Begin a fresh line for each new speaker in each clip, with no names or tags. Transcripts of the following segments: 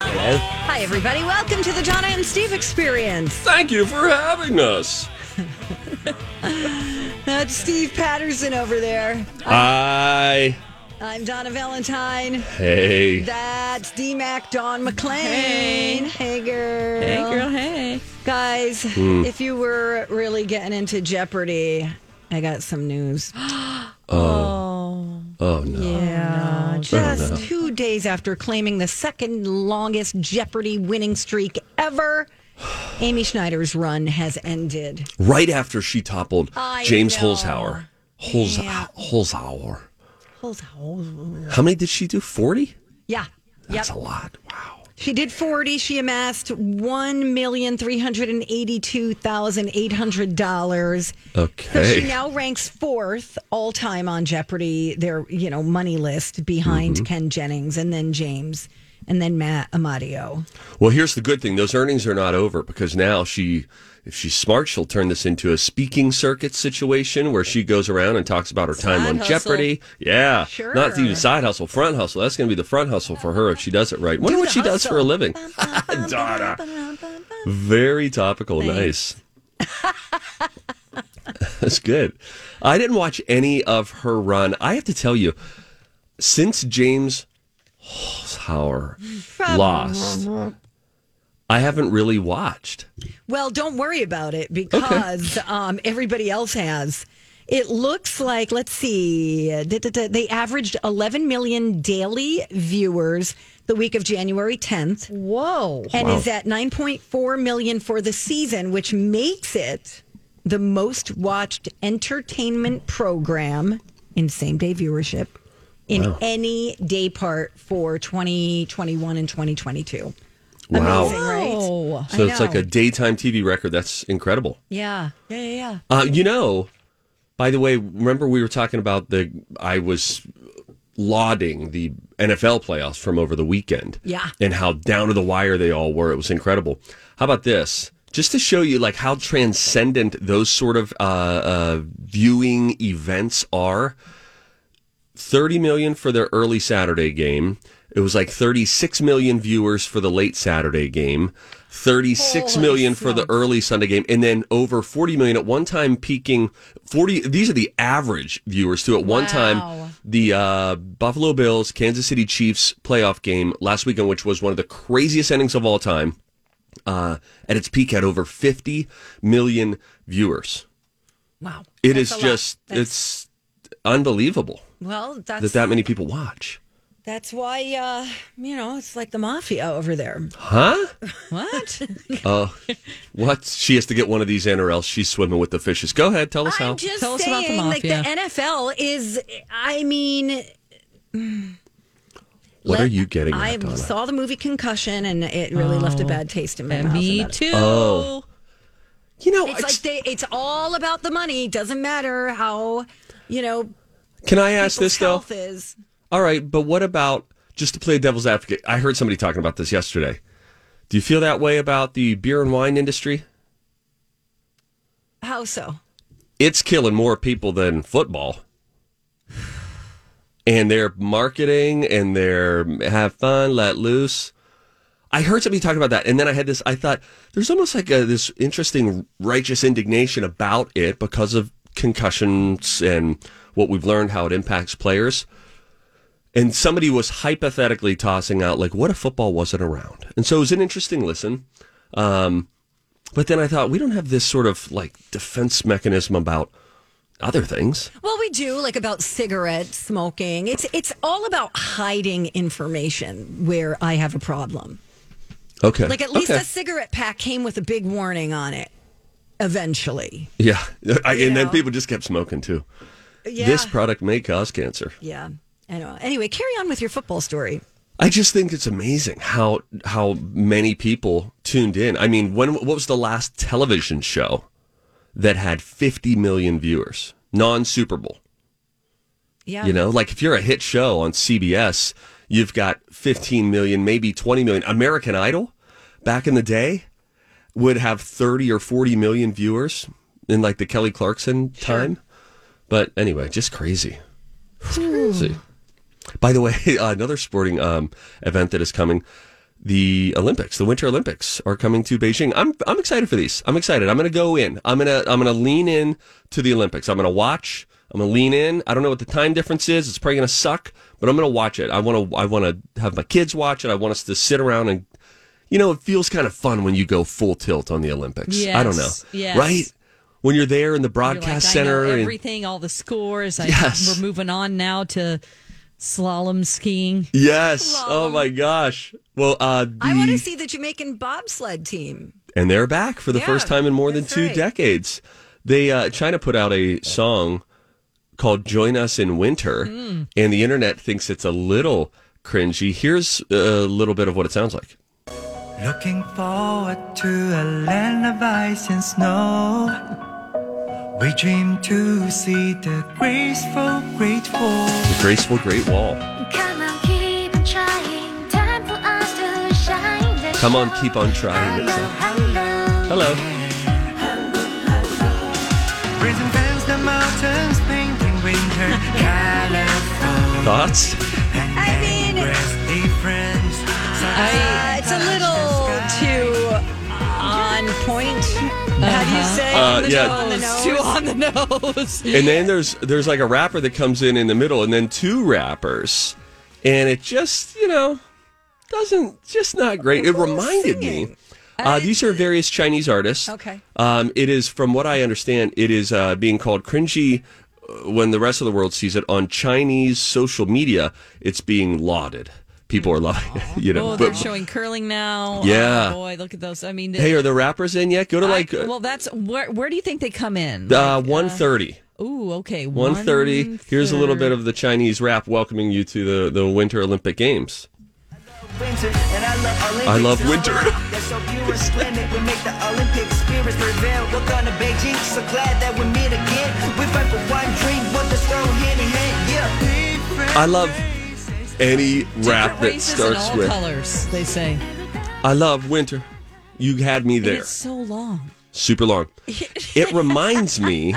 Hi, everybody. Welcome to the Donna and Steve Experience.
Thank you for having us.
That's Uh, Steve Patterson over there.
Hi.
I'm Donna Valentine.
Hey.
That's D-Mac Dawn McLean. Hey. girl.
Hey, girl, hey.
Guys,
Hmm.
if you were really getting into Jeopardy, I got some news.
Oh no.
Yeah, Oh, just two days after claiming the second longest Jeopardy winning streak ever, Amy Schneider's run has ended.
Right after she toppled
I
James
know.
Holzhauer. Holz Holzhauer.
Hold on.
How many did she do? 40?
Yeah. Yep.
That's a lot. Wow.
She did 40. She amassed $1,382,800. So
Okay.
she now ranks fourth all time on Jeopardy, their, you know, money list behind
Mm-hmm.
Ken Jennings and then James and then Matt Amadio.
well, here's the good thing. Those earnings are not over because now she if she's smart, she'll turn this into a speaking circuit situation where she goes around and talks about her time on
hustle.
Jeopardy. Yeah.
Sure.
Not even side hustle, front hustle. That's going to be the front hustle for her if she does it right. Wonder
Do
what
the
she does for a
hustle.
living. Donna. Very topical. Nice. That's good. I didn't watch any of her run. I have to tell you, since James Holzhauer
Mm.
lost, I haven't really watched.
Well, don't worry about it because um, everybody else has. It looks like, let's see, uh, da- da- da- they averaged 11 million daily viewers the week of January 10th.
Whoa.
and is at 9.4 million for the season, which makes it the most watched entertainment program in same day viewership in any day part for 2021 and 2022.
Wow.
Amazing, right?
Whoa.
So
I
it's like
know.
a daytime TV record. That's incredible.
Yeah. Yeah, yeah, yeah.
Uh, you know, by the way, remember we were talking about the I was lauding the NFL playoffs from over the weekend.
Yeah.
And how down to the wire they all were. It was incredible. How about this? Just to show you like how transcendent those sort of uh, uh, viewing events are. 30 million for their early Saturday game. It was like 36 million viewers for the late Saturday game, thirty-six million for the early Sunday game, and then over 40 million at one time peaking 40 these are the average viewers too at one time the uh, Buffalo Bills Kansas City Chiefs playoff game last weekend which was one of the craziest endings of all time uh, at its peak had over 50 million viewers.
Wow.
It is
a lot.
just
That's-
it's unbelievable
Well, that's
that that many people watch.
that's why uh, you know, it's like the mafia over there.
Huh?
What?
What? She has to get one of these in, or else she's swimming with the fishes. Go ahead, tell us how.
I'm just
Tell us
saying,
about the
like the
mafia.
NFL is. I mean,
what
let-
are you getting
I
at, Donna?
saw the movie Concussion, and it really left a bad taste in my
And
mouth.
me
about it.
too.
Oh. you know,
It's
it's-
like they. It's all about the money. Doesn't matter how you know.
can I ask this
people's
though?
health is.
All right, but what about just to play devil's advocate? I heard somebody talking about this yesterday. Do you feel that way about the beer and wine industry?
How so?
It's killing more people than football. And their marketing and their have fun, let loose. I heard somebody talking about that, and then I had this. I thought there's almost like a, this interesting righteous indignation about it because of concussions and what we've learned how it impacts players. and somebody was hypothetically tossing out like what if football wasn't around and so it was an interesting listen um, but then i thought we don't have this sort of like defense mechanism about other things
Well, we do like about cigarette smoking. It's it's all about hiding information where I have a problem.
okay
Like at least
Okay.
a cigarette pack came with a big warning on it. Eventually,
yeah I, and then
know.
people just kept smoking too
yeah,
this product may cause cancer
yeah. I know. Anyway, carry on with your football story.
I just think it's amazing how how many people tuned in. I mean, when what was the last television show that had 50 million viewers, non Super Bowl?
Yeah,
You know, like if you're a hit show on CBS, you've got 15 million, maybe 20 million. American Idol back in the day would have 30 or 40 million viewers in like the Kelly Clarkson time. But anyway, just crazy.
Hmm.
crazy. By the way, uh, another sporting um, event that is coming. The Olympics, the Winter Olympics, are coming to Beijing. I'm I'm excited for these. I'm excited. I'm going to go in. I'm gonna I'm gonna lean in to the Olympics. I'm gonna watch. I'm gonna lean in. I don't know what the time difference is. It's probably gonna suck, but I'm gonna watch it. I want to I want to have my kids watch it. I want us to sit around and, you know, it feels kind of fun when you go full tilt on the Olympics. I don't know,
Yes, yes.
right? When you're there in the
You're
broadcast
like,
center
I know
and-
everything, all the scores. I,
Yes.
We're moving on now to slalom skiing.
Yes. Oh my gosh. Well, uh, the,
I want to see the Jamaican bobsled team.
and they're back for the
Yeah,
first time in more than
that's
two
right.
decades. They uh, China put out a song called "Join Us in Winter,"
Hmm.
and the internet thinks it's a little cringy. Here's a little bit of what it sounds like.
Looking forward to a land of ice and snow. We dream to see the graceful, grateful.
The graceful Great Wall.
Come on, keep on trying. Time for us to shine. Let's
Come on,
show.
keep on trying. It's a-
Hello,
Hello.
Raising fans, the mountains, painting winter. colorful
Thoughts?
and
I mean-
endless difference.
Uh, it's a little too on point. How do you say?
Uh,
on the
yeah.
nose, on the nose.
Two Uh-huh. on the nose.
And then there's there's like a rapper that comes in in the middle, and then two rappers, and it just you know doesn't just not great. It reminded me. Uh, these are various Chinese artists.
Okay.
Um, it is from what I understand, it is uh, being called cringy. uh, When the rest of the world sees it on Chinese social media, it's being lauded. People are loving it, you know.
Oh, they're
but,
showing curling now.
Yeah.
Oh, boy, look at those. I mean,
hey, are the rappers in yet? Go to like
I- well, that's where. Where do you think they come in?
uh, one thirty.
Ooh, okay,
130. Here's a little bit
1:30.
of the Chinese rap welcoming you to the, the Winter Olympic Games.
winter, and I love Olympics.
I love winter.
That's so pure and splendid. We make the Olympic spirit prevail. Welcome to Beijing. So glad that we meet again. We fight for one dream, but this road hand in hand. Yeah.
I love any rap
Different
that
races and
starts
all
with
colors. They say
I love winter. You had me
And
there.
it's so long.
Super long. It reminds me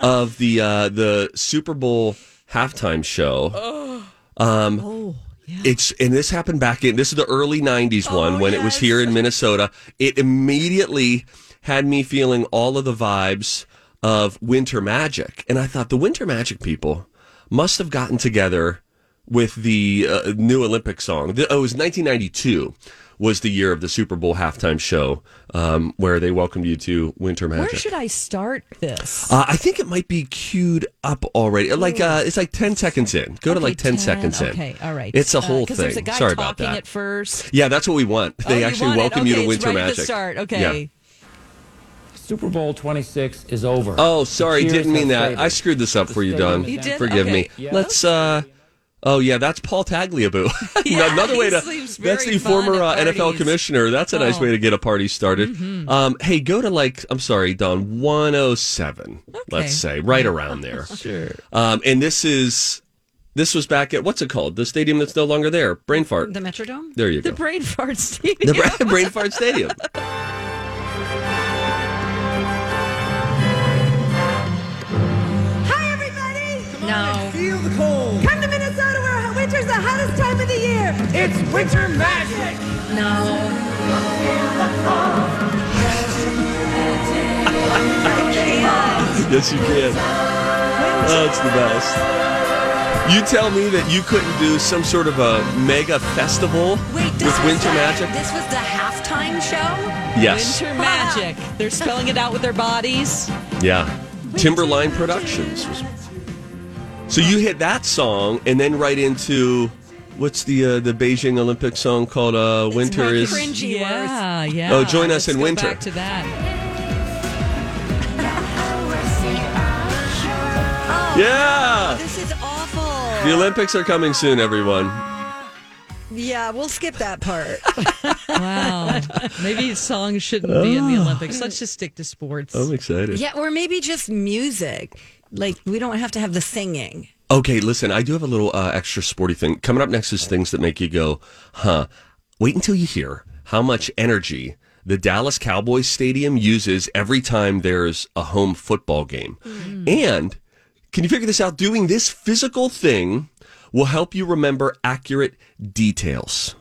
of the uh, the Super Bowl halftime show. Um,
Oh,
It's and this happened back in this is the early '90s one when it was here in Minnesota. It immediately had me feeling all of the vibes of Winter Magic, and I thought the Winter Magic people must have gotten together with the uh, new Olympic song. The, oh, it was 1992 was the year of the Super Bowl halftime show um, where they welcomed you to Winter
where
Magic.
should I start this?
Uh, I think it might be queued up already. Like uh, it's like ten seconds in. Go to
Okay,
like 10, seconds in.
Okay, all right.
It's a
Uh,
whole
'cause
thing.
There's a guy
Sorry
talking
about that.
at first.
Yeah, that's what we want.
Oh,
They actually
want it?
welcome you
Okay,
to
it's
Winter
right At
Magic.
the start.
Yeah.
Okay.
Super Bowl 26 is over.
Oh, sorry, didn't mean that. I screwed this up for you, Don.
You did?
Forgive
Okay.
me. Let's. uh Oh yeah, that's Paul Tagliabue. Another
he
way to.
seems
That's
very
the former
fun
uh,
at
NFL
parties.
commissioner. That's a nice
Oh. Mm-hmm.
way to get a party started. Um, hey, go to like I'm sorry, Don, 107. Let's say right around there.
Sure.
Um, and this is this was back at what's it called? The stadium that's no longer there. Brain fart.
The Metrodome.
there you
The
go.
brain fart, Steve.
the Bra- brain fart stadium.
Hi, everybody.
No.
Feel the cold.
Come to Minnesota where winter's the hottest time of the year.
It's winter magic.
No.
yes, you can. That's the best. You tell me that you couldn't do some sort of a mega festival with Winter
the,
Magic?
This was the halftime show.
Yes.
Winter magic. They're spelling it out with their bodies.
Yeah. Timberline Productions. was- So you hit that song and then right into what's the uh, the Beijing Olympic song called uh, Winter is
cringy words.
Yeah, yeah.
Oh, join us
Let's
in
go
winter.
Back to that.
Yeah.
This is awful.
The Olympics are coming soon, everyone.
Yeah, we'll skip that part.
Wow. Maybe songs shouldn't be in the Olympics. Let's just stick to sports.
I'm excited.
yeah, or maybe just music. Like we don't have to have the singing.
Okay, listen, I do have a little uh, extra sporty thing. Coming up next is things that make you go, huh? Wait until you hear how much energy the Dallas Cowboys Stadium uses every time there's a home football game. And can you figure this out? Doing this physical thing will help you remember accurate details.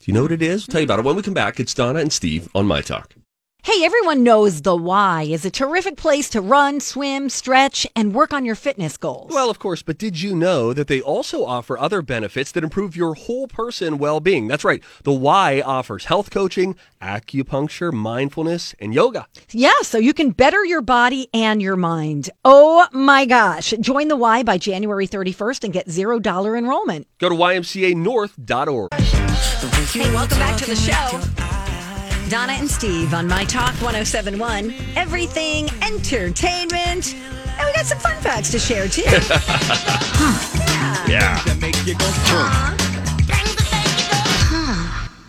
Do you know what it is? I'll tell you about it when we come back. It's Donna and Steve on My Talk.
Hey, everyone knows the Y is a terrific place to run, swim, stretch, and work on your fitness goals.
Well, of course, but did you know that they also offer other benefits that improve your whole person well being? That's right. The Y offers health coaching, acupuncture, mindfulness, and yoga.
Yeah, so you can better your body and your mind. Oh my gosh. Join the Y by January 31st and get $0 enrollment.
Go to ymcanorth.org.
Hey, welcome back to the show. Donna and Steve on My Talk 1071. Everything entertainment. And we got some fun facts to share too.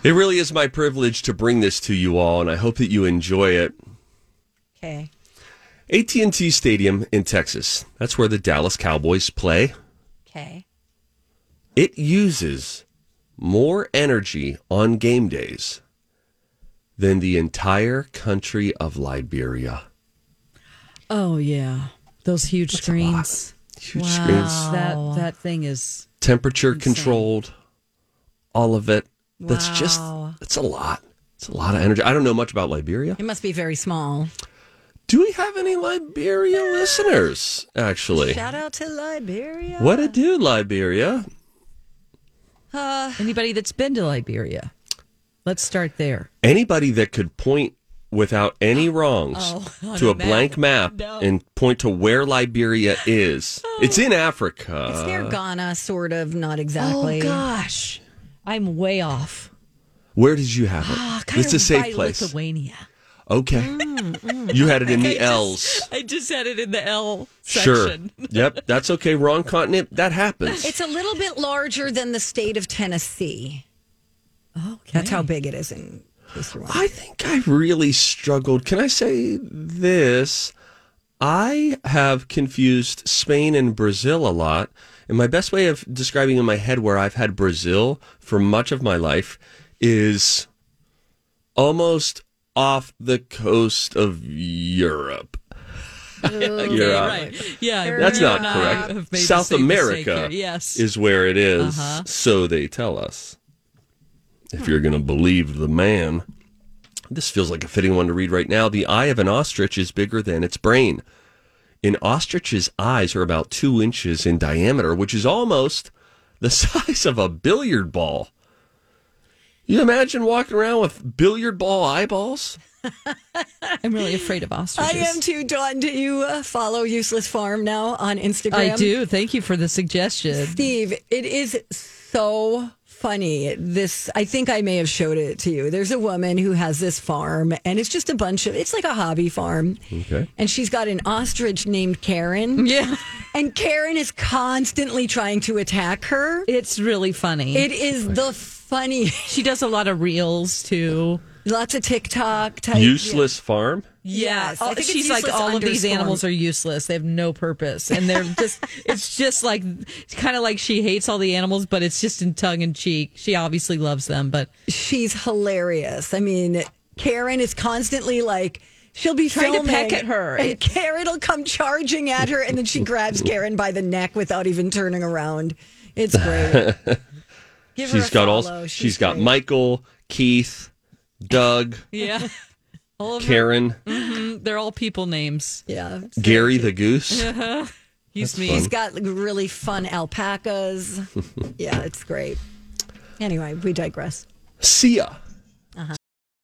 It really is my privilege to bring this to you all, and I hope that you enjoy it.
okay.
AT&T Stadium in Texas. That's where the Dallas Cowboys play.
Okay.
It uses more energy on game days than the entire country of Liberia.
Oh yeah. Those huge screens.
Huge screens.
Uh,
That that thing is
temperature controlled, all of it. That's just that's a lot. It's a lot of energy. I don't know much about Liberia.
It must be very small.
Do we have any Liberia listeners? Actually,
Shout out to Liberia.
what a do, Liberia.
anybody that's been to Liberia. Let's start there.
Anybody that could point without any wrongs
on
to
a
a blank map and point to where Liberia is. It's in Africa.
It's near Ghana, sort of, not exactly.
Oh, gosh. I'm way off.
where did you have it?
Ah,
it's a
by
safe place.
Lithuania.
Okay. You had it in the L's.
I just had it in the L
Sure. Yep, that's okay. Wrong continent. That happens.
It's a little bit larger than the state of Tennessee.
Okay.
That's how big it is in case you're wondering.
I think I really struggled. Can I say this? I have confused Spain and Brazil a lot. And my best way of describing in my head where I've had Brazil for much of my life is almost off the coast of Europe. Europe.
Right. Yeah.
uh, That's
you
not
and I have
correct.
made the
South
same mistake
America
here. Yes. Uh-huh.
is where it is, so they tell us. If you're going to believe the man, this feels like a fitting one to read right now. The eye of an ostrich is bigger than its brain. An ostrich's eyes are about two inches in diameter, which is almost the size of a billiard ball. You imagine walking around with billiard ball eyeballs?
I'm really afraid of
I
ostriches.
am too, Dawn. Do you uh, follow Useless Farm now on Instagram?
I do. Thank you for the suggestion.
Steve, it is so funny. This, I think I may have showed it to you. There's a woman who has this farm, and it's just a bunch of, it's like a hobby farm.
Okay.
And she's got an ostrich named Karen.
Yeah.
And Karen is constantly trying to attack her.
It's really funny.
It is the funny,
she does a lot of reels too.
lots of TikTok type.
Useless farm?
Yes. I
All-
think it's
she's like
useless
all of these
underscore.
animals are useless. They have no purpose, and they're just. it's just like it's kind of like she hates all the animals, but it's just in tongue in cheek. She obviously loves them, but
She's hilarious. I mean, Karen is constantly like, she'll be
Trying to
filming,
peck at her.
And Karen will come charging at her, and then she grabs Karen by the neck without even turning around. It's great. Give her
She's
a
got
follow.
all.
She's
she's got
great.
Michael, Keith, Doug,
yeah, all of
Karen,
Mm-hmm.
them, they're all people names.
Yeah.
Gary the goose.
Excuse me.
He's got like, really fun alpacas. yeah, it's great. Anyway, we digress.
Sia.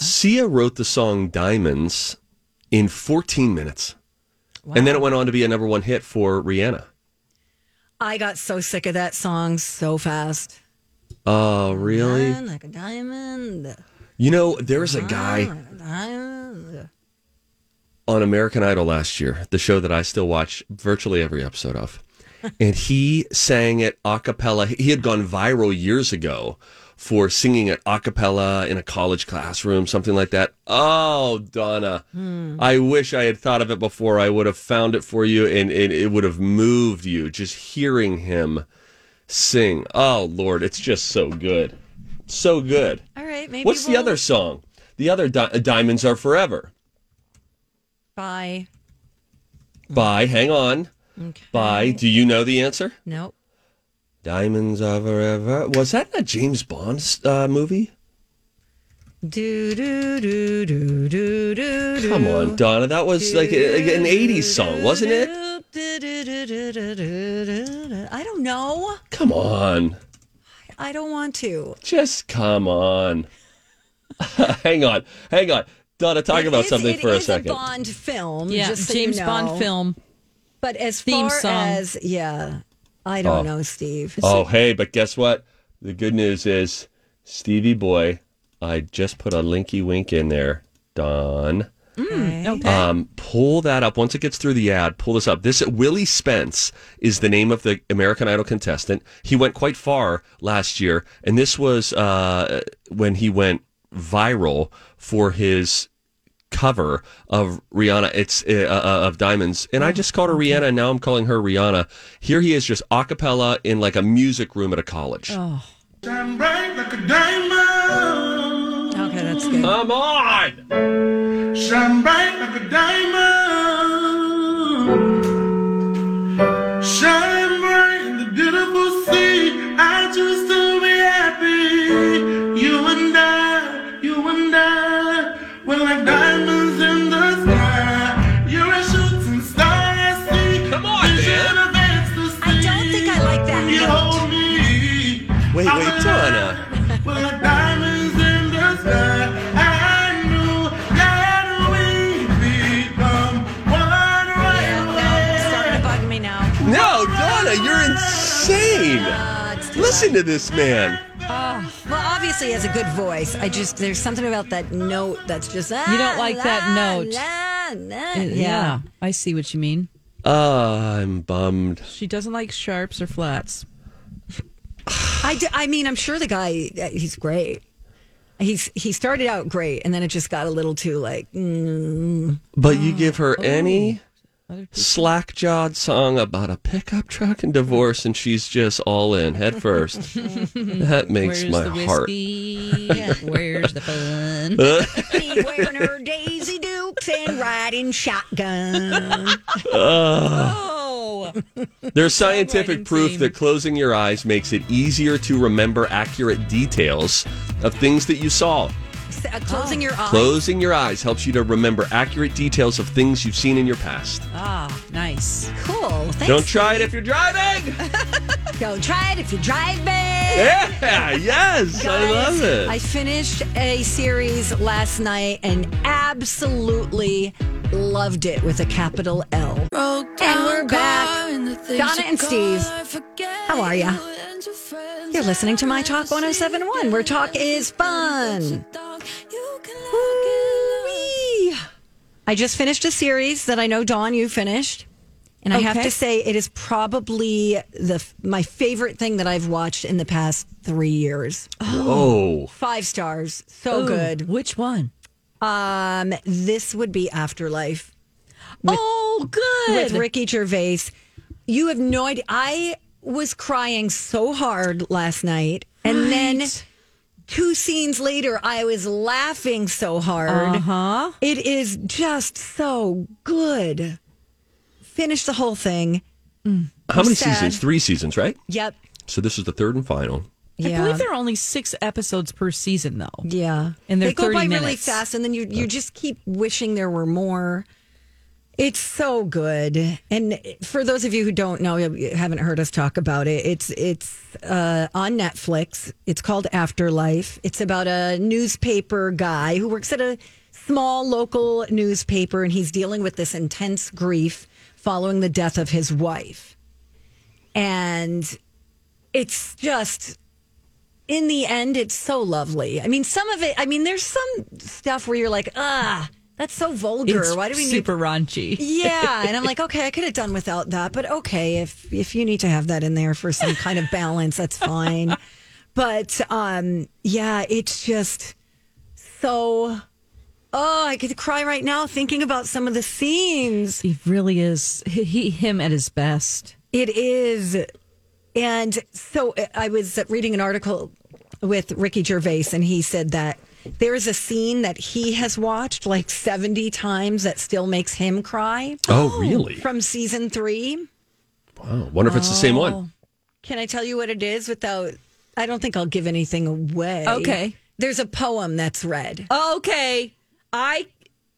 Sia wrote the song Diamonds in 14 minutes. And then it went on to be a number one hit for Rihanna.
I got so sick of that song so fast.
Oh, really?
Diamond Like a diamond.
You know, there was a guy
Like a diamond.
on American Idol last year, the show that I still watch virtually every episode of. And he sang it a cappella. He had gone viral years ago for singing it a cappella in a college classroom, something like that. Oh, Donna, I wish I had thought of it before. I would have found it for you and, and it would have moved you just hearing him sing. Oh, Lord, it's just so good. So good.
All right, maybe
What's the
we'll
other song? The other di- uh, Diamonds Are Forever
buy.
by, hang on.
Okay.
By, do you know the answer?
Nope.
Diamonds Are Forever. Was that a James Bond uh, movie?
Do do do do do do.
Come on, Donna. That was like a, an 80s song, wasn't it?
it? I don't know.
Come on.
I don't want to.
Just come on. hang on. Hang on. Donna, talk about
It's-
something
it
for a
is
second.
Bond film.
Yeah,
just so you
James
know.
Bond film.
But as
Theme
far
song.
as yeah, I don't know, Steve.
oh, hey, but guess what? The good news is Stevie Boy, I just put a linky wink in there, Don.
Uh,
Um, pull that up once it gets through the ad. Pull this up. This Willie Spence is the name of the American Idol contestant. He went quite far last year, and this was uh, when he went viral for his cover of Rihanna. It's uh, uh, of Diamonds, and I just called her Rihanna, and now I'm calling her Rihanna. Here he is, just a cappella in like a music room at a college.
Shine bright like a diamond.
Okay, that's good.
Come on,
Shine bright like a diamond. Shine bright in the beautiful sea. I choose to be happy. You and I, you and I, we're like diamonds in the sky. You're a shooting star. I see.
Come on,
Vision
man.
of ecstasy.
I don't think I like that
You
note.
hold me.
wait, wait, Donna.
Uh-huh. Well, like diamonds in the sky, I knew that we'd become one right
It's starting to
away.
bug me now.
No, Donna, you're insane.
Uh, it's too
Listen to this man.
loud. Well, obviously, he has a good voice. I just there's something about that note that's just ah,
You don't like that note.
la, la,
Yeah.
yeah.
I see what you mean.
Uh, I'm bummed.
She doesn't like sharps or flats.
I, do- I mean, I'm sure the guy, uh, he's great. He's he started out great, and then it just got a little too like. Mm.
But you give her any
Oh, Other people-
slack jawed song about a pickup truck and divorce, and she's just all in head first. that makes
Where's
my
the
heart. Uh.
whiskey? Where's the fun?
She's wearing her Daisy Dukes and riding shotgun.
Oh,
There's scientific
Songwriting
proof
team.
that closing your eyes makes it easier to remember accurate details of things that you saw.
S- uh,
Oh.
Closing your eyes.
Closing your eyes helps you to remember accurate details of things you've seen in your past.
ah, nice.
Cool. Thanks.
Don't try it if you're driving.
Don't try it if you're driving.
yeah, yes, I
Guys,
love it.
I finished a series last night and absolutely Loved it with a capital L. And we're back. Donna and Steve, how are ya? You're listening to My Talk 1071, where talk is fun. Woo-wee. I just finished a series that I know, Dawn, you finished. And I have
Okay.
to say, it is probably the my favorite thing that I've watched in the past three years.
Whoa.
Five stars. So
Ooh,
good.
Which one?
Um, this would be Afterlife
oh,
with
good.
Ricky Gervais. You have no idea. I was crying so hard last night, and then two scenes later, I was laughing so hard.
Uh-huh.
It is just so good. Finish the whole thing.
How many
Sad.
seasons? Three seasons, right?
Yep.
So this is the third and final.
I
Yeah.
believe there are only six episodes per season, though.
Yeah,
And they're
they go
30
by really
minutes.
fast, and then you you just keep wishing there were more. It's so good, and for those of you who don't know, you haven't heard us talk about it. It's it's uh, on Netflix. It's called Afterlife. It's about a newspaper guy who works at a small local newspaper, and he's dealing with this intense grief following the death of his wife, and it's just in the end, it's so lovely. I mean, some of it, I mean, there's some stuff where you're like, ah, that's so vulgar.
It's
Why do we
super
need?
raunchy?
Yeah, and I'm like, okay, I could have done without that, but okay, if if you need to have that in there for some kind of balance, that's fine. But um, yeah, it's just so. Oh, I could cry right now thinking about some of the scenes.
He really is. He, he him at his best.
It is. And so uh, I was reading an article with Ricky Gervais, and he said that there is a scene that he has watched like 70 times that still makes him cry.
Oh, really?
From season three.
Wow. Wonder if it's the same
Oh.
one.
Can I tell you what it is without? I don't think I'll give anything away.
Okay.
There's a poem that's read.
Okay, I,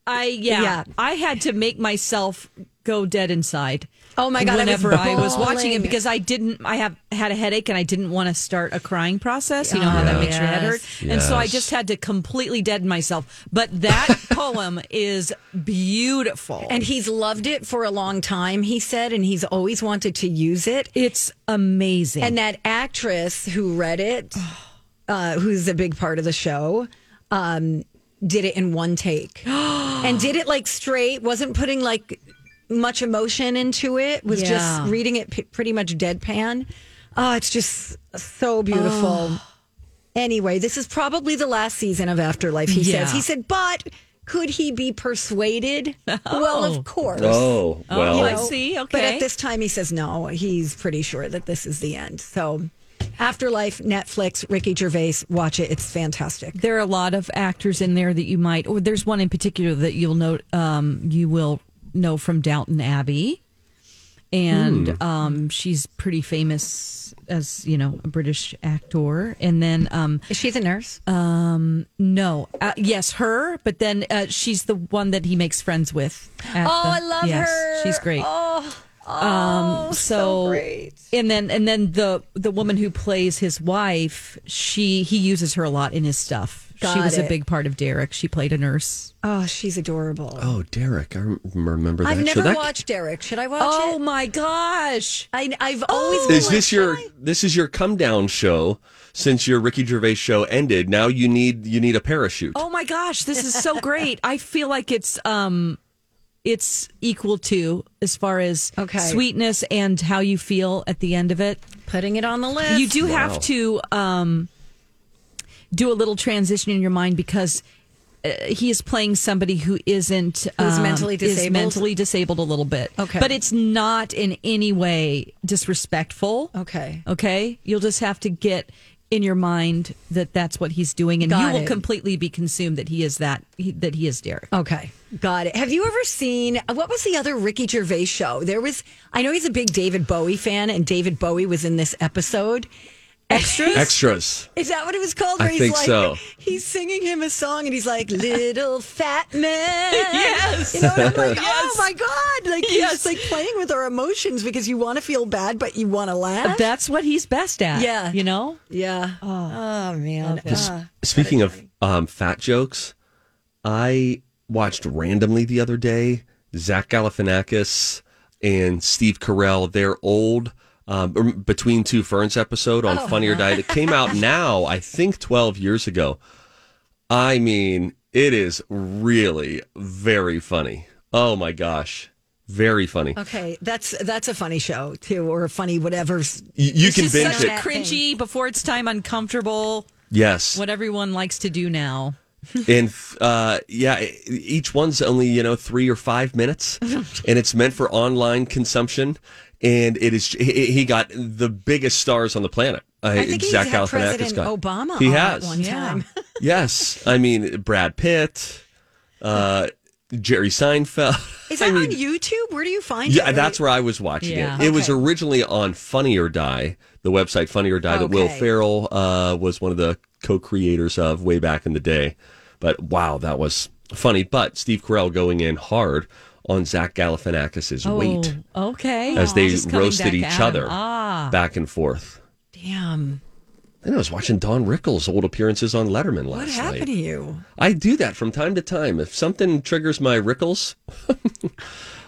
I yeah,
Yeah.
I had to make myself go dead inside.
Oh my God, I was
Whenever I was, watching
bawling.
it, because I didn't, I have had a headache and I didn't want to start a crying process. You know how that makes your head hurt, and so I
Yes.
just had to completely deaden myself. But that poem is beautiful.
And he's loved it for a long time, he said, and he's always wanted to use it.
It's amazing. Oh.
And that actress who read it, uh, who's a big part of the show, um, did it in one take and did it like straight, wasn't putting like much emotion into it, was
Yeah.
just reading it p- pretty much deadpan. Oh, it's just so beautiful. Anyway, this is probably the last season of Afterlife, he says.
Yeah.
He said, but could he be persuaded? Well, of course.
Oh, well.
I see. Okay.
But at this time, he says no. He's pretty sure that this is the end. So, Afterlife, Netflix, Ricky Gervais, watch it. It's fantastic.
there are a lot of actors in there that you might, or there's one in particular that you'll know, um, you will know from Downton Abbey, and um, she's pretty famous as you know a British actor. And then um,
Is she the nurse?
no, uh, yes, her, but then uh, she's the one that he makes friends with. at
oh,
the-
I love
yes,
her.
She's great
Oh, oh
um so,
so, great.
and then and then the the woman who plays his wife she he uses her a lot in his stuff
Got
she was
it.
a big part of derek she played a nurse
Oh, she's adorable.
Oh, Derek, I rem- remember that
I've
show.
never
That-
watched Derek. Should I watch
oh
it?
my gosh Oh.
I, I've always. been
Is
like,
this your
"Should I?"
this is your come down show since your Ricky Gervais show ended? Now you need you need a parachute.
oh my gosh this is so great i feel like it's um it's equal to as far as
Okay.
sweetness and how you feel at the end of it
putting it on the list?
You do have to um, do a little transition in your mind because uh, he is playing somebody who isn't
Who's
um,
mentally
Is
disabled?
mentally disabled a little bit.
Okay.
but it's not in any way disrespectful.
Okay.
okay. You'll just have to get in your mind that that's what he's doing, and
Got
you will
it. Oh.
completely be consumed that he is that he, that he is Derek.
Okay, got it. Have you ever seen uh, what was the other Ricky Gervais show? There was, I know he's a big David Bowie fan, and David Bowie was in this episode. Extras?
Extras.
Is that what it was called?
I
Where he's
think
like,
so.
He's singing him a song, and he's like, "Little fat man."
Yes.
You know, and I'm like, oh my god! Like he's
Yes.
like playing with our emotions because you want to feel bad, but you want to laugh.
That's what he's best at.
Yeah.
you know.
yeah. Oh, man.
Ah,
Speaking of um, fat jokes, I watched randomly the other day Zach Galifianakis and Steve Carell, their old um, or Between Two Ferns episode on
Oh.
Funnier Diet. It came out now, I think 12 years ago. I mean, it is really very funny. Oh my gosh. Very funny.
Oh,
Okay, that's that's a funny show too, or a funny whatever.
You, you can
It's
binge
such a
it.
cringy, before it's time, uncomfortable.
Yes.
What everyone likes to do now.
and uh, yeah, e- each one's only you know three or five minutes, and it's meant for online consumption. And it is he, he got the biggest stars on the planet. Uh,
I think he's
Zach
had
Galifianakis
President
got-
Obama.
He
on
has
at one time.
yes. I mean Brad Pitt, uh, Jerry Seinfeld.
Is that on YouTube? Where do you find it?
Yeah,
Where
that's
do
where I was watching
Yeah.
it. It was originally on Funny or Die, the website Funny or Die that Will
Okay.
Farrell uh, was one of the co-creators of way back in the day. But wow, that was funny. But Steve Carell going in hard on Zach Galifianakis' weight
Oh, okay.
as they
Just coming
roasted
back
each
at him.
other
Ah,
back and forth.
Damn.
Then I was watching Don Rickles' old appearances on Letterman last
What
night.
happened to you?
I do that from time to time. If something triggers my Rickles,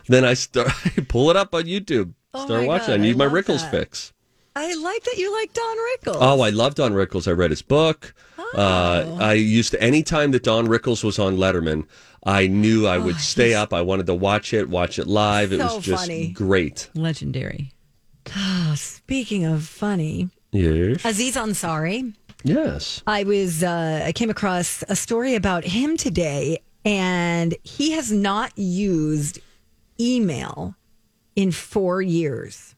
then I start I pull it up on YouTube.
Oh
start
my
watching. I
God, I
need my
love
Rickles
that.
fix.
I like that you like Don Rickles.
Oh, I love Don Rickles. I read his book. Uh, I used to, any time that Don Rickles was on Letterman, I knew I would stay up. I wanted to watch it, watch it live. it
Oh, So
was just
funny.
great.
legendary.
Ah, Speaking of funny,
Yes.
Aziz Ansari.
Yes.
I was uh, I came across a story about him today, and he has not used email in four years.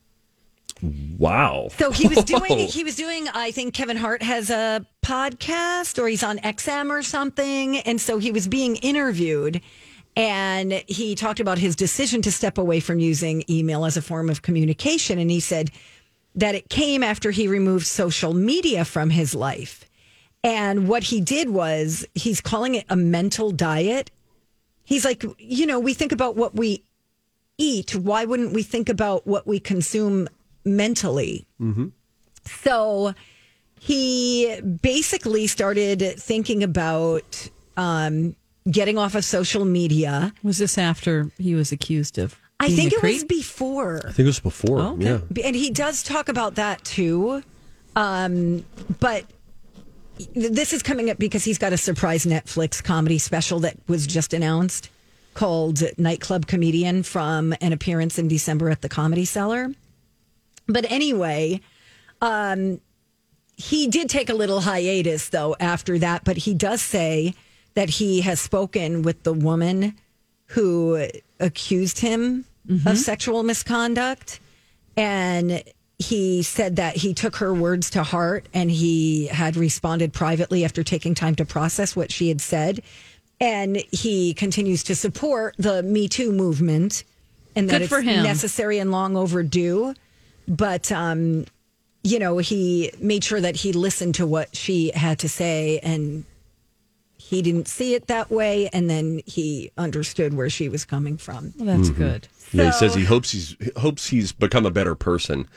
Wow.
So he was doing he was doing I think Kevin Hart has a podcast or he's on XM or something and so he was being interviewed and he talked about his decision to step away from using email as a form of communication and he said that it came after he removed social media from his life. And what he did was he's calling it a mental diet. He's like, you know, we think about what we eat. Why wouldn't we think about what we consume mentally?
Mm-hmm.
So he basically started thinking about um, getting off of social media.
Was this after he was accused of?
I
being
think
a
it
creep?
was before.
I think it was before. Yeah.
And he does talk about that too. Um, but this is coming up because he's got a surprise Netflix comedy special that was just announced called Nightclub Comedian from an appearance in December at the Comedy Cellar. But anyway, um, he did take a little hiatus though after that, but he does say that he has spoken with the woman who accused him
Mm-hmm.
of sexual misconduct. And he said that he took her words to heart and he had responded privately after taking time to process what she had said. And he continues to support the Me Too movement and that
Good
it's
for him.
necessary and long overdue. But um, you know, he made sure that he listened to what she had to say and he didn't see it that way. And then he understood where she was coming from.
Well, that's
Mhm.
good.
Yeah, he says he hopes he's he hopes he's become a better person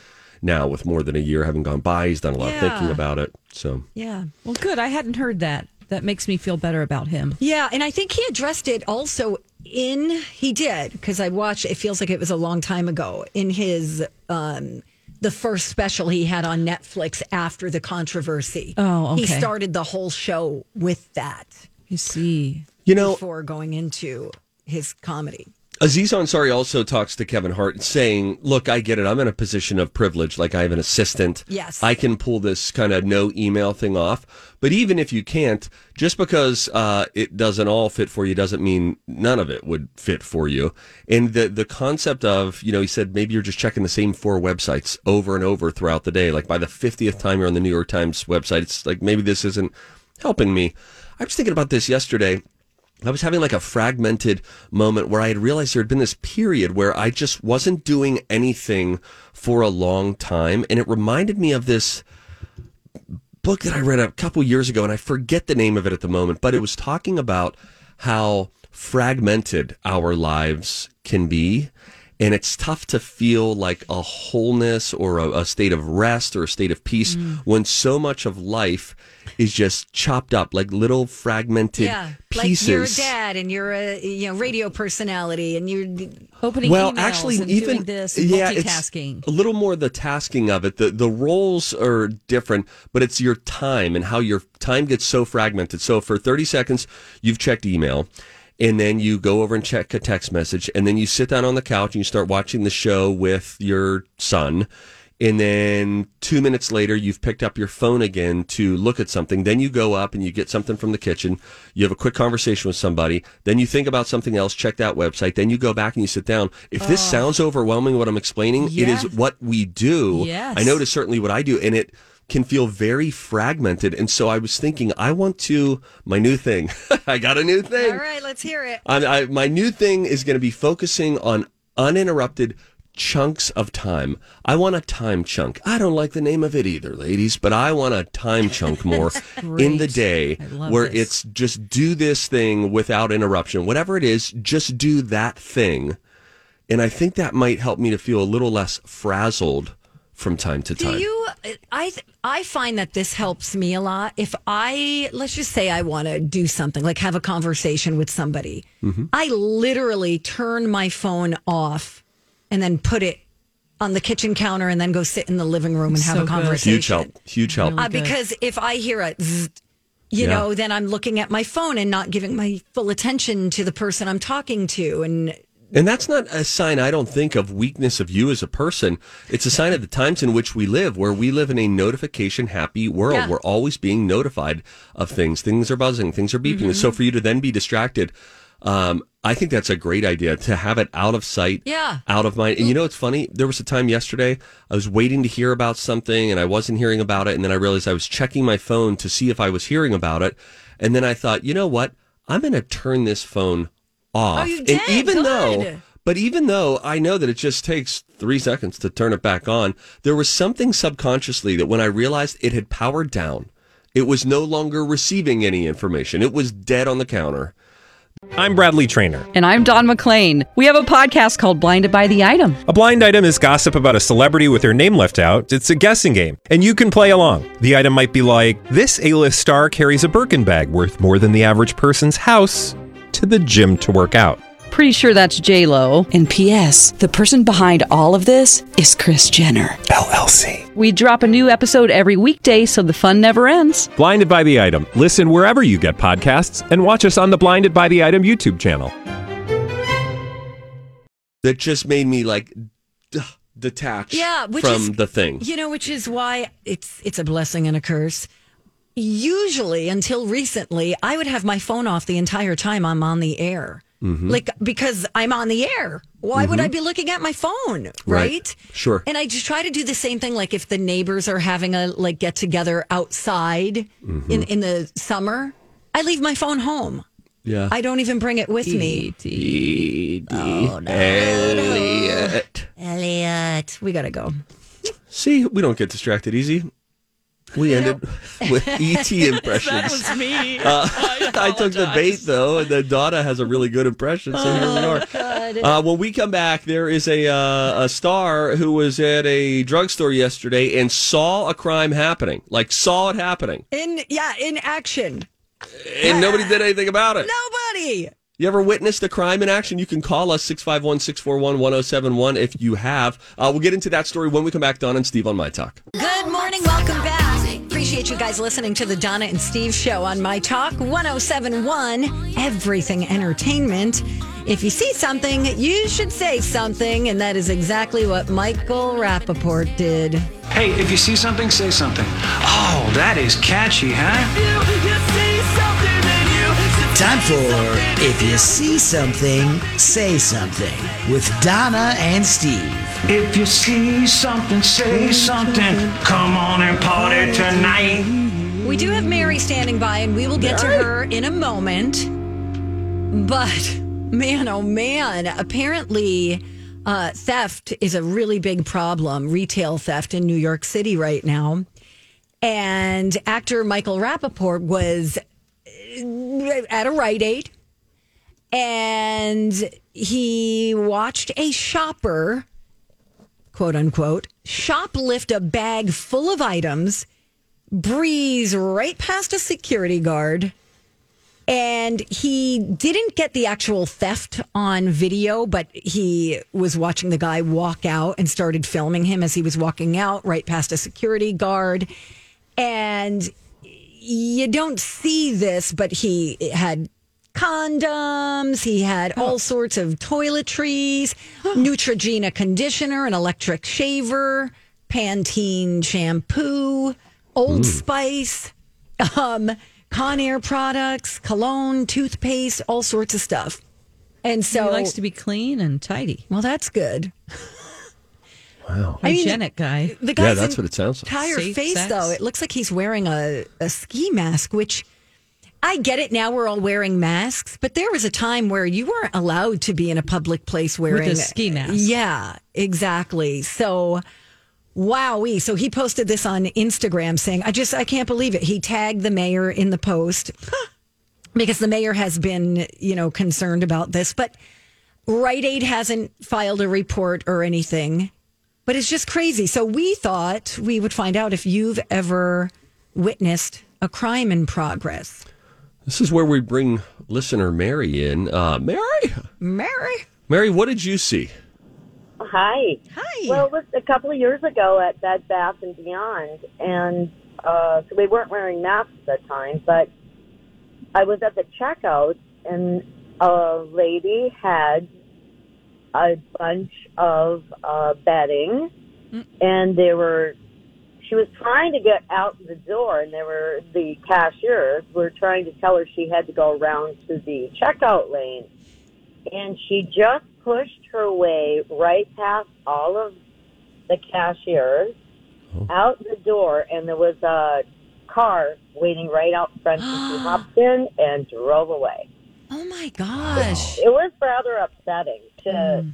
now with more than a year having gone by. He's done a lot of thinking
Yeah.
about it. So
Yeah.
Well, good. I hadn't heard that. That makes me feel better about him.
Yeah. And I think he addressed it also in, he did, because I watched, it feels like it was a long time ago, in his, um, the first special he had on Netflix after the controversy.
Oh,
He
okay.
started the whole show with that.
You see.
You know-
before going into his comedy.
Aziz Ansari also talks to Kevin Hart saying, Look, I get it. I'm in a position of privilege. Like I have an assistant.
Yes.
I can pull this kind of no email thing off. But even if you can't, just because uh, it doesn't all fit for you doesn't mean none of it would fit for you. And the, the concept of, you know, he said maybe you're just checking the same four websites over and over throughout the day. Like by the 50th time you're on the New York Times website, it's like maybe this isn't helping me. I was thinking about this yesterday. I was having like a fragmented moment where I had realized there had been this period where I just wasn't doing anything for a long time. And it reminded me of this book that I read a couple years ago, and I forget the name of it at the moment, but it was talking about how fragmented our lives can be and it's tough to feel like a wholeness or a, a state of rest or a state of peace
Mm.
when so much of life is just chopped up like little fragmented
yeah,
pieces.
like you're a dad and you're a you know radio personality and you're
opening
well, actually, even yeah, it's a little more the tasking of it. The the roles are different, but it's your time and how your time gets so fragmented. So for thirty seconds, you've checked email. And then you go over and check a text message, and then you sit down on the couch and you start watching the show with your son. And then two minutes later, you've picked up your phone again to look at something. Then you go up and you get something from the kitchen. You have a quick conversation with somebody. Then you think about something else, check that website. Then you go back and you sit down. If this
Oh.
sounds overwhelming, what I'm explaining, it
Yeah.
is what we do.
Yes.
I notice certainly what I do, and it can feel very fragmented. And so I was thinking, I want to, my new thing. I got a new thing.
All right, let's hear it.
I, I, my new thing is going to be focusing on uninterrupted chunks of time. I want a time chunk. I don't like the name of it either, ladies, but I want a time chunk more in the
Great.
day
I love
where
this.
it's just do this thing without interruption. Whatever it is, just do that thing. And I think that might help me to feel a little less frazzled from time to time.
Do you? I I find that this helps me a lot. If I let's just say I want to do something like have a conversation with somebody,
Mm-hmm.
Mhm.
I literally turn my phone off and then put it on the kitchen counter and then go sit in the living room and have
So
a
good.
conversation.
Huge help. Huge help. Really
Uh,
good.
because if I hear a, zzz, you
Yeah.
know, then I'm looking at my phone and not giving my full attention to the person I'm talking to, and
And that's not a sign, I don't think, of weakness of you as a person. It's a sign of the times in which we live, where we live in a notification happy world.
Yeah.
We're always being notified of things. Things are buzzing, things are beeping.
Mhm.
So for you to then be distracted, um, I think that's a great idea to have it out of sight,
Yeah.
out of mind. And you know what's funny? There was a time yesterday I was waiting to hear about something and I wasn't hearing about it. And then I realized I was checking my phone to see if I was hearing about it. And then I thought, you know what? I'm going to turn this phone off.
Oh, you
And
did.
even
Good.
though, but even though I know that it just takes three seconds to turn it back on, there was something subconsciously that when I realized it had powered down, it was no longer receiving any information. It was dead on the counter.
I'm Bradley Trainer.
And I'm Don McClain. We have a podcast called Blinded by the Item.
A blind item is gossip about a celebrity with their name left out. It's a guessing game, and you can play along. The item might be like this: A-list star carries a Birkin bag worth more than the average person's house to the gym to work out.
Pretty sure that's J Lo. And P.S. The person behind all of this is Chris Jenner LLC. We drop a new episode every weekday, so the fun never ends.
Blinded by the item. Listen wherever you get podcasts, and watch us on the Blinded by the Item YouTube channel.
That just made me like d- detach
Yeah, which
from
is,
the thing.
You know, which is why it's it's a blessing and a curse. Usually, until recently, I would have my phone off the entire time I'm on the air.
Mm-hmm.
Mhm.
Like because I'm on the air. Why would
Mhm.
I be looking at my phone? Right?
Sure.
And I just try to do the same thing like if the neighbors are having a like get together outside in
Mhm.
in the summer, I leave my phone home.
yeah.
I don't even bring it with me.
Oh, no. Elliot.
Elliot, we got to go.
See, we don't get distracted easy. We ended with ET impressions.
me.
Uh, I took the bait though, and then Donna has a really good impression. So here we are. Uh, when we come back, there is a uh, a star who was at a drugstore yesterday and saw a crime happening, like saw it happening,
In yeah, in action.
and nobody did anything about it.
Nobody.
You ever witnessed a crime in action? You can call us 651 641 1071 if you have. Uh, we'll get into that story when we come back, Don and Steve on My Talk.
Good morning. Welcome back. Appreciate you guys listening to the Donna and Steve show on My Talk 1071, Everything Entertainment. If you see something, you should say something. And that is exactly what Michael Rappaport did.
Hey, if you see something, say something. Oh, that is catchy, huh?
Time for If You See Something, Say Something with Donna and Steve.
If you see something, say something. Come on and party tonight.
We do have Mary standing by, and we will get to her in a moment. But man, oh man, apparently uh, theft is a really big problem, retail theft in New York City right now. And actor Michael Rappaport was uh, at a Rite Aid and he watched a shopper, quote unquote, shoplift a bag full of items, breeze right past a security guard. And he didn't get the actual theft on video, but he was watching the guy walk out and started filming him as he was walking out right past a security guard. And you don't see this, but he had condoms, he had
Oh.
all sorts of toiletries, Neutrogena conditioner, an electric shaver, Pantene shampoo, Old
Mm.
Spice, um, Conair products, cologne, toothpaste, all sorts of stuff. And so
he likes to be clean and tidy.
Well, that's good.
Wow.
I mean,
Hygienic guy.
The
yeah,
guy's
that's
in-
what it sounds like.
entire
Safe
face
sex.
though it looks like he's wearing a, a ski mask which i get it now we're all wearing masks but there was a time where you weren't allowed to be in a public place wearing uh,
ski mask.
yeah exactly so wowee so he posted this on instagram saying i just i can't believe it he tagged the mayor in the post because the mayor has been, you know, concerned about this, but Rite Aid hasn't filed a report or anything. But it's just crazy. So we thought we would find out if you've ever witnessed a crime in progress.
This is where we bring listener Mary in. Uh, Mary,
Mary.
Mary, what did you see?
Hi. Hi. Well, it was a couple of years ago at Bed Bath and Beyond, and uh, so we weren't wearing masks at the time. But I was at the checkout, and a lady had a bunch of uh, bedding,
Mm.
and they were. She was trying to get out the door, and there were the cashiers were trying to tell her she had to go around to the checkout lane and she just pushed her way right past all of the cashiers out the door and there was a car waiting right out front and she hopped in and drove away
oh my gosh
it was rather upsetting to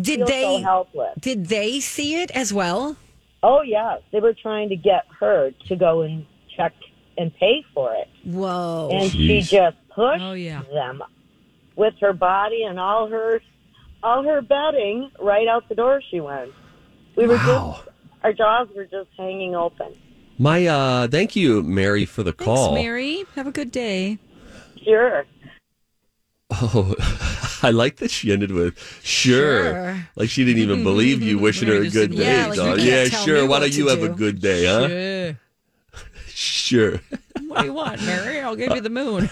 Did
feel
they-
so helpless
did they see it as well
oh yes they were trying to get her to go and check and pay for it
whoa
and she just pushed
yeah.
them with her body and all her all her bedding right out the door she went we were just our jaws were just hanging open
My uh, thank you, Mary, for the call.
Mary, have a good day.
Sure.
Oh, I like that she ended with sure.
Sure.
Like she didn't even believe you wishing her a good
didn't
day.
like it.
dog.
Yeah, like you
yeah
can't tell me
sure. Why
what
don't
to
you have a
do.
good day, huh?
Sure.
Sure.
What do you want, Mary? I'll give you the moon.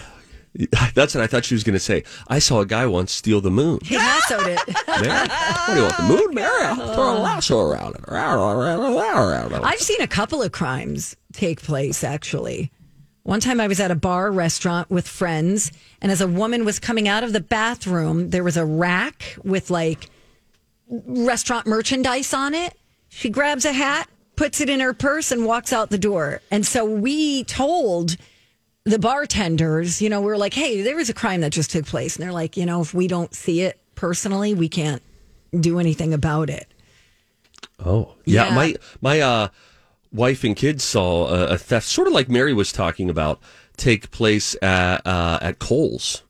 That's what I thought she was going to say. I saw a guy once steal the moon.
he hassoed it
Mary, what do you want the moon, Mary? I'll throw a lasso around it. Rawr, rawr, rawr, rawr, rawr, rawr.
I've seen a couple of crimes take place actually. One time I was at a bar restaurant with friends, and as a woman was coming out of the bathroom, there was a rack with like restaurant merchandise on it. She grabs a hat, puts it in her purse, and walks out the door. And so we told the bartenders, you know, we are like, hey, there was a crime that just took place. And they're like, you know, if we don't see it personally, we can't do anything about it.
Oh, yeah.
Yeah.
My my uh, wife and kids saw a, a theft, sort of like Mary was talking about, take place at uh, at Kohl's,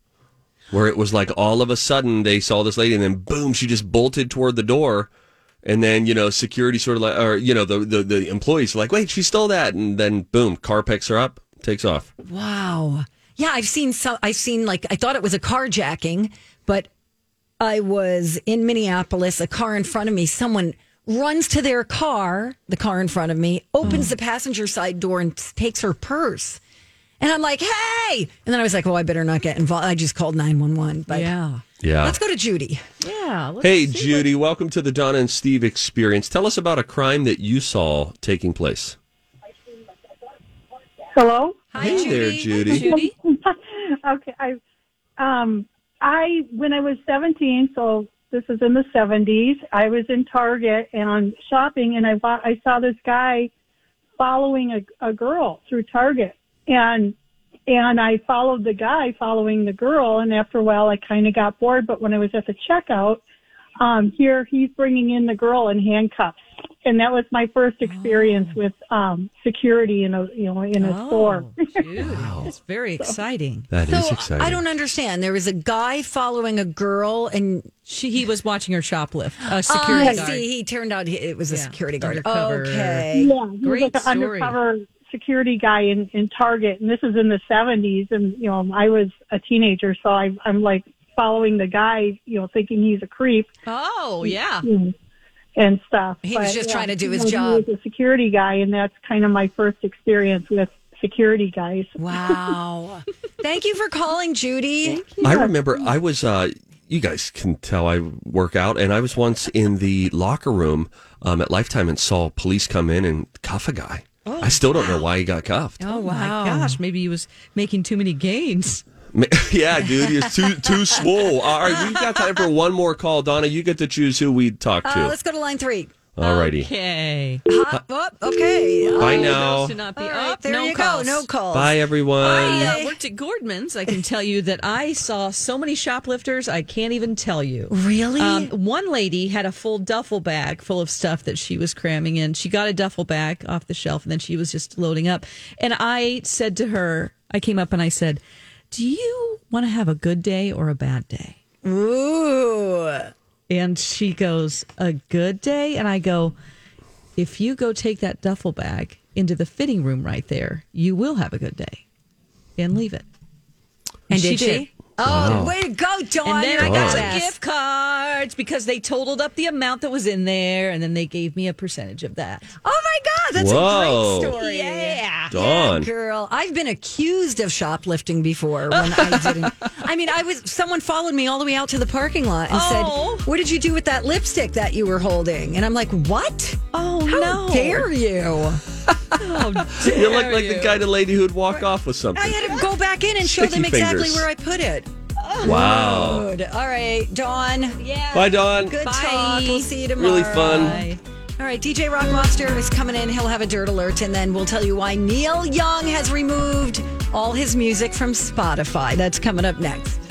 where it was like all of a sudden they saw this lady, and then boom, she just bolted toward the door. And then you know security sort of like, or you know the the, the employees are like, wait, she stole that, and then boom, car picks her up, takes off.
Wow. Yeah, I've seen some. I've seen like I thought it was a carjacking, but I was in Minneapolis. A car in front of me. Someone runs to their car. The car in front of me opens the passenger side door and takes her purse. And I'm like, hey! And then I was like, well, I better not get involved. I just called nine one one. But yeah,
Yeah.
Let's go to Judy.
Yeah. Let's
hey, Judy, welcome to the Donna and Steve Experience. Tell us about a crime that you saw taking place.
Hello.
Hi, Hey there, Judy. Judy.
okay, I, um, I when I was seventeen, so this is in the seventies. I was in Target and on shopping, and I wa- I saw this guy following a, a girl through Target, and and I followed the guy following the girl, and after a while, I kind of got bored. But when I was at the checkout, Um, here he's bringing in the girl in handcuffs, and that was my first experience with um, security in a you know in a
Oh.
store.
It's very exciting.
That is
so
exciting.
I don't understand. There was a guy following a girl, and Ah,
she he was watching her shoplift. A security
I
guard.
See, he turned out he- it was a
Yeah,
security guard.
undercover.
Yeah,
Okay,
he was like an undercover security guy in, in Target, and this is in the seventies. And you know, I was a teenager, so I, I'm like following the guy, you know, thinking he's a creep.
Oh yeah.
Mm. and stuff.
He was just trying to do his
he
job.
was a security guy, and that's kind of my first experience with security guys.
Wow. Thank you for calling, Judy.
I remember I was. Uh, you guys can tell I work out, and I was once in the locker room um, at Lifetime and saw police come in and cuff a guy. I still don't know why he got cuffed.
Oh, my gosh, maybe he was making too many gains.
Ma- yeah, dude, you're too too swole. All right, we've got time for one more call, Donna. You get to choose who we talk
Uh,
to.
let's go to line three.
All righty,
Okay.
uh,
Oh, okay.
Bye now.
To not be
All right,
up.
there
no
you
calls.
go. No calls.
bye everyone.
I uh, worked at Gordman's. I can tell you that I saw so many shoplifters, I can't even tell you.
Really?
Um, one lady had a full duffel bag full of stuff that she was cramming in. She got a duffel bag off the shelf and then she was just loading up. And I said to her, I came up and I said, Do you want to have a good day or a bad day?
Ooh.
And she goes, A good day? And I go, If you go take that duffel bag into the fitting room right there, you will have a good day and leave it.
And did she? Oh, way to go, Dawn.
And then I
You're
got
the
some
best.
gift cards because they totaled up the amount that was in there and then they gave me a percentage of that.
Oh my God, that's
Whoa.
a great story. Yeah.
Dawn.
Yeah, girl. I've been accused of shoplifting before when I didn't. I mean, I was someone followed me all the way out to the parking lot and
Oh.
said, What did you do with that lipstick that you were holding? And I'm like, What?
Oh
How
no.
dare you?
you look like the guy, the lady who'd walk off with something.
I had to go back in and show
Sticky
them exactly
fingers.
where I put it.
Wow.
Good. All right, Dawn. Yeah.
Bye, Dawn.
Good
Bye.
talk. We'll see you tomorrow.
Really fun. Bye.
All right, DJ Rock Lobster is coming in. He'll have a dirt alert, and then we'll tell you why Neil Young has removed all his music from Spotify. That's coming up next.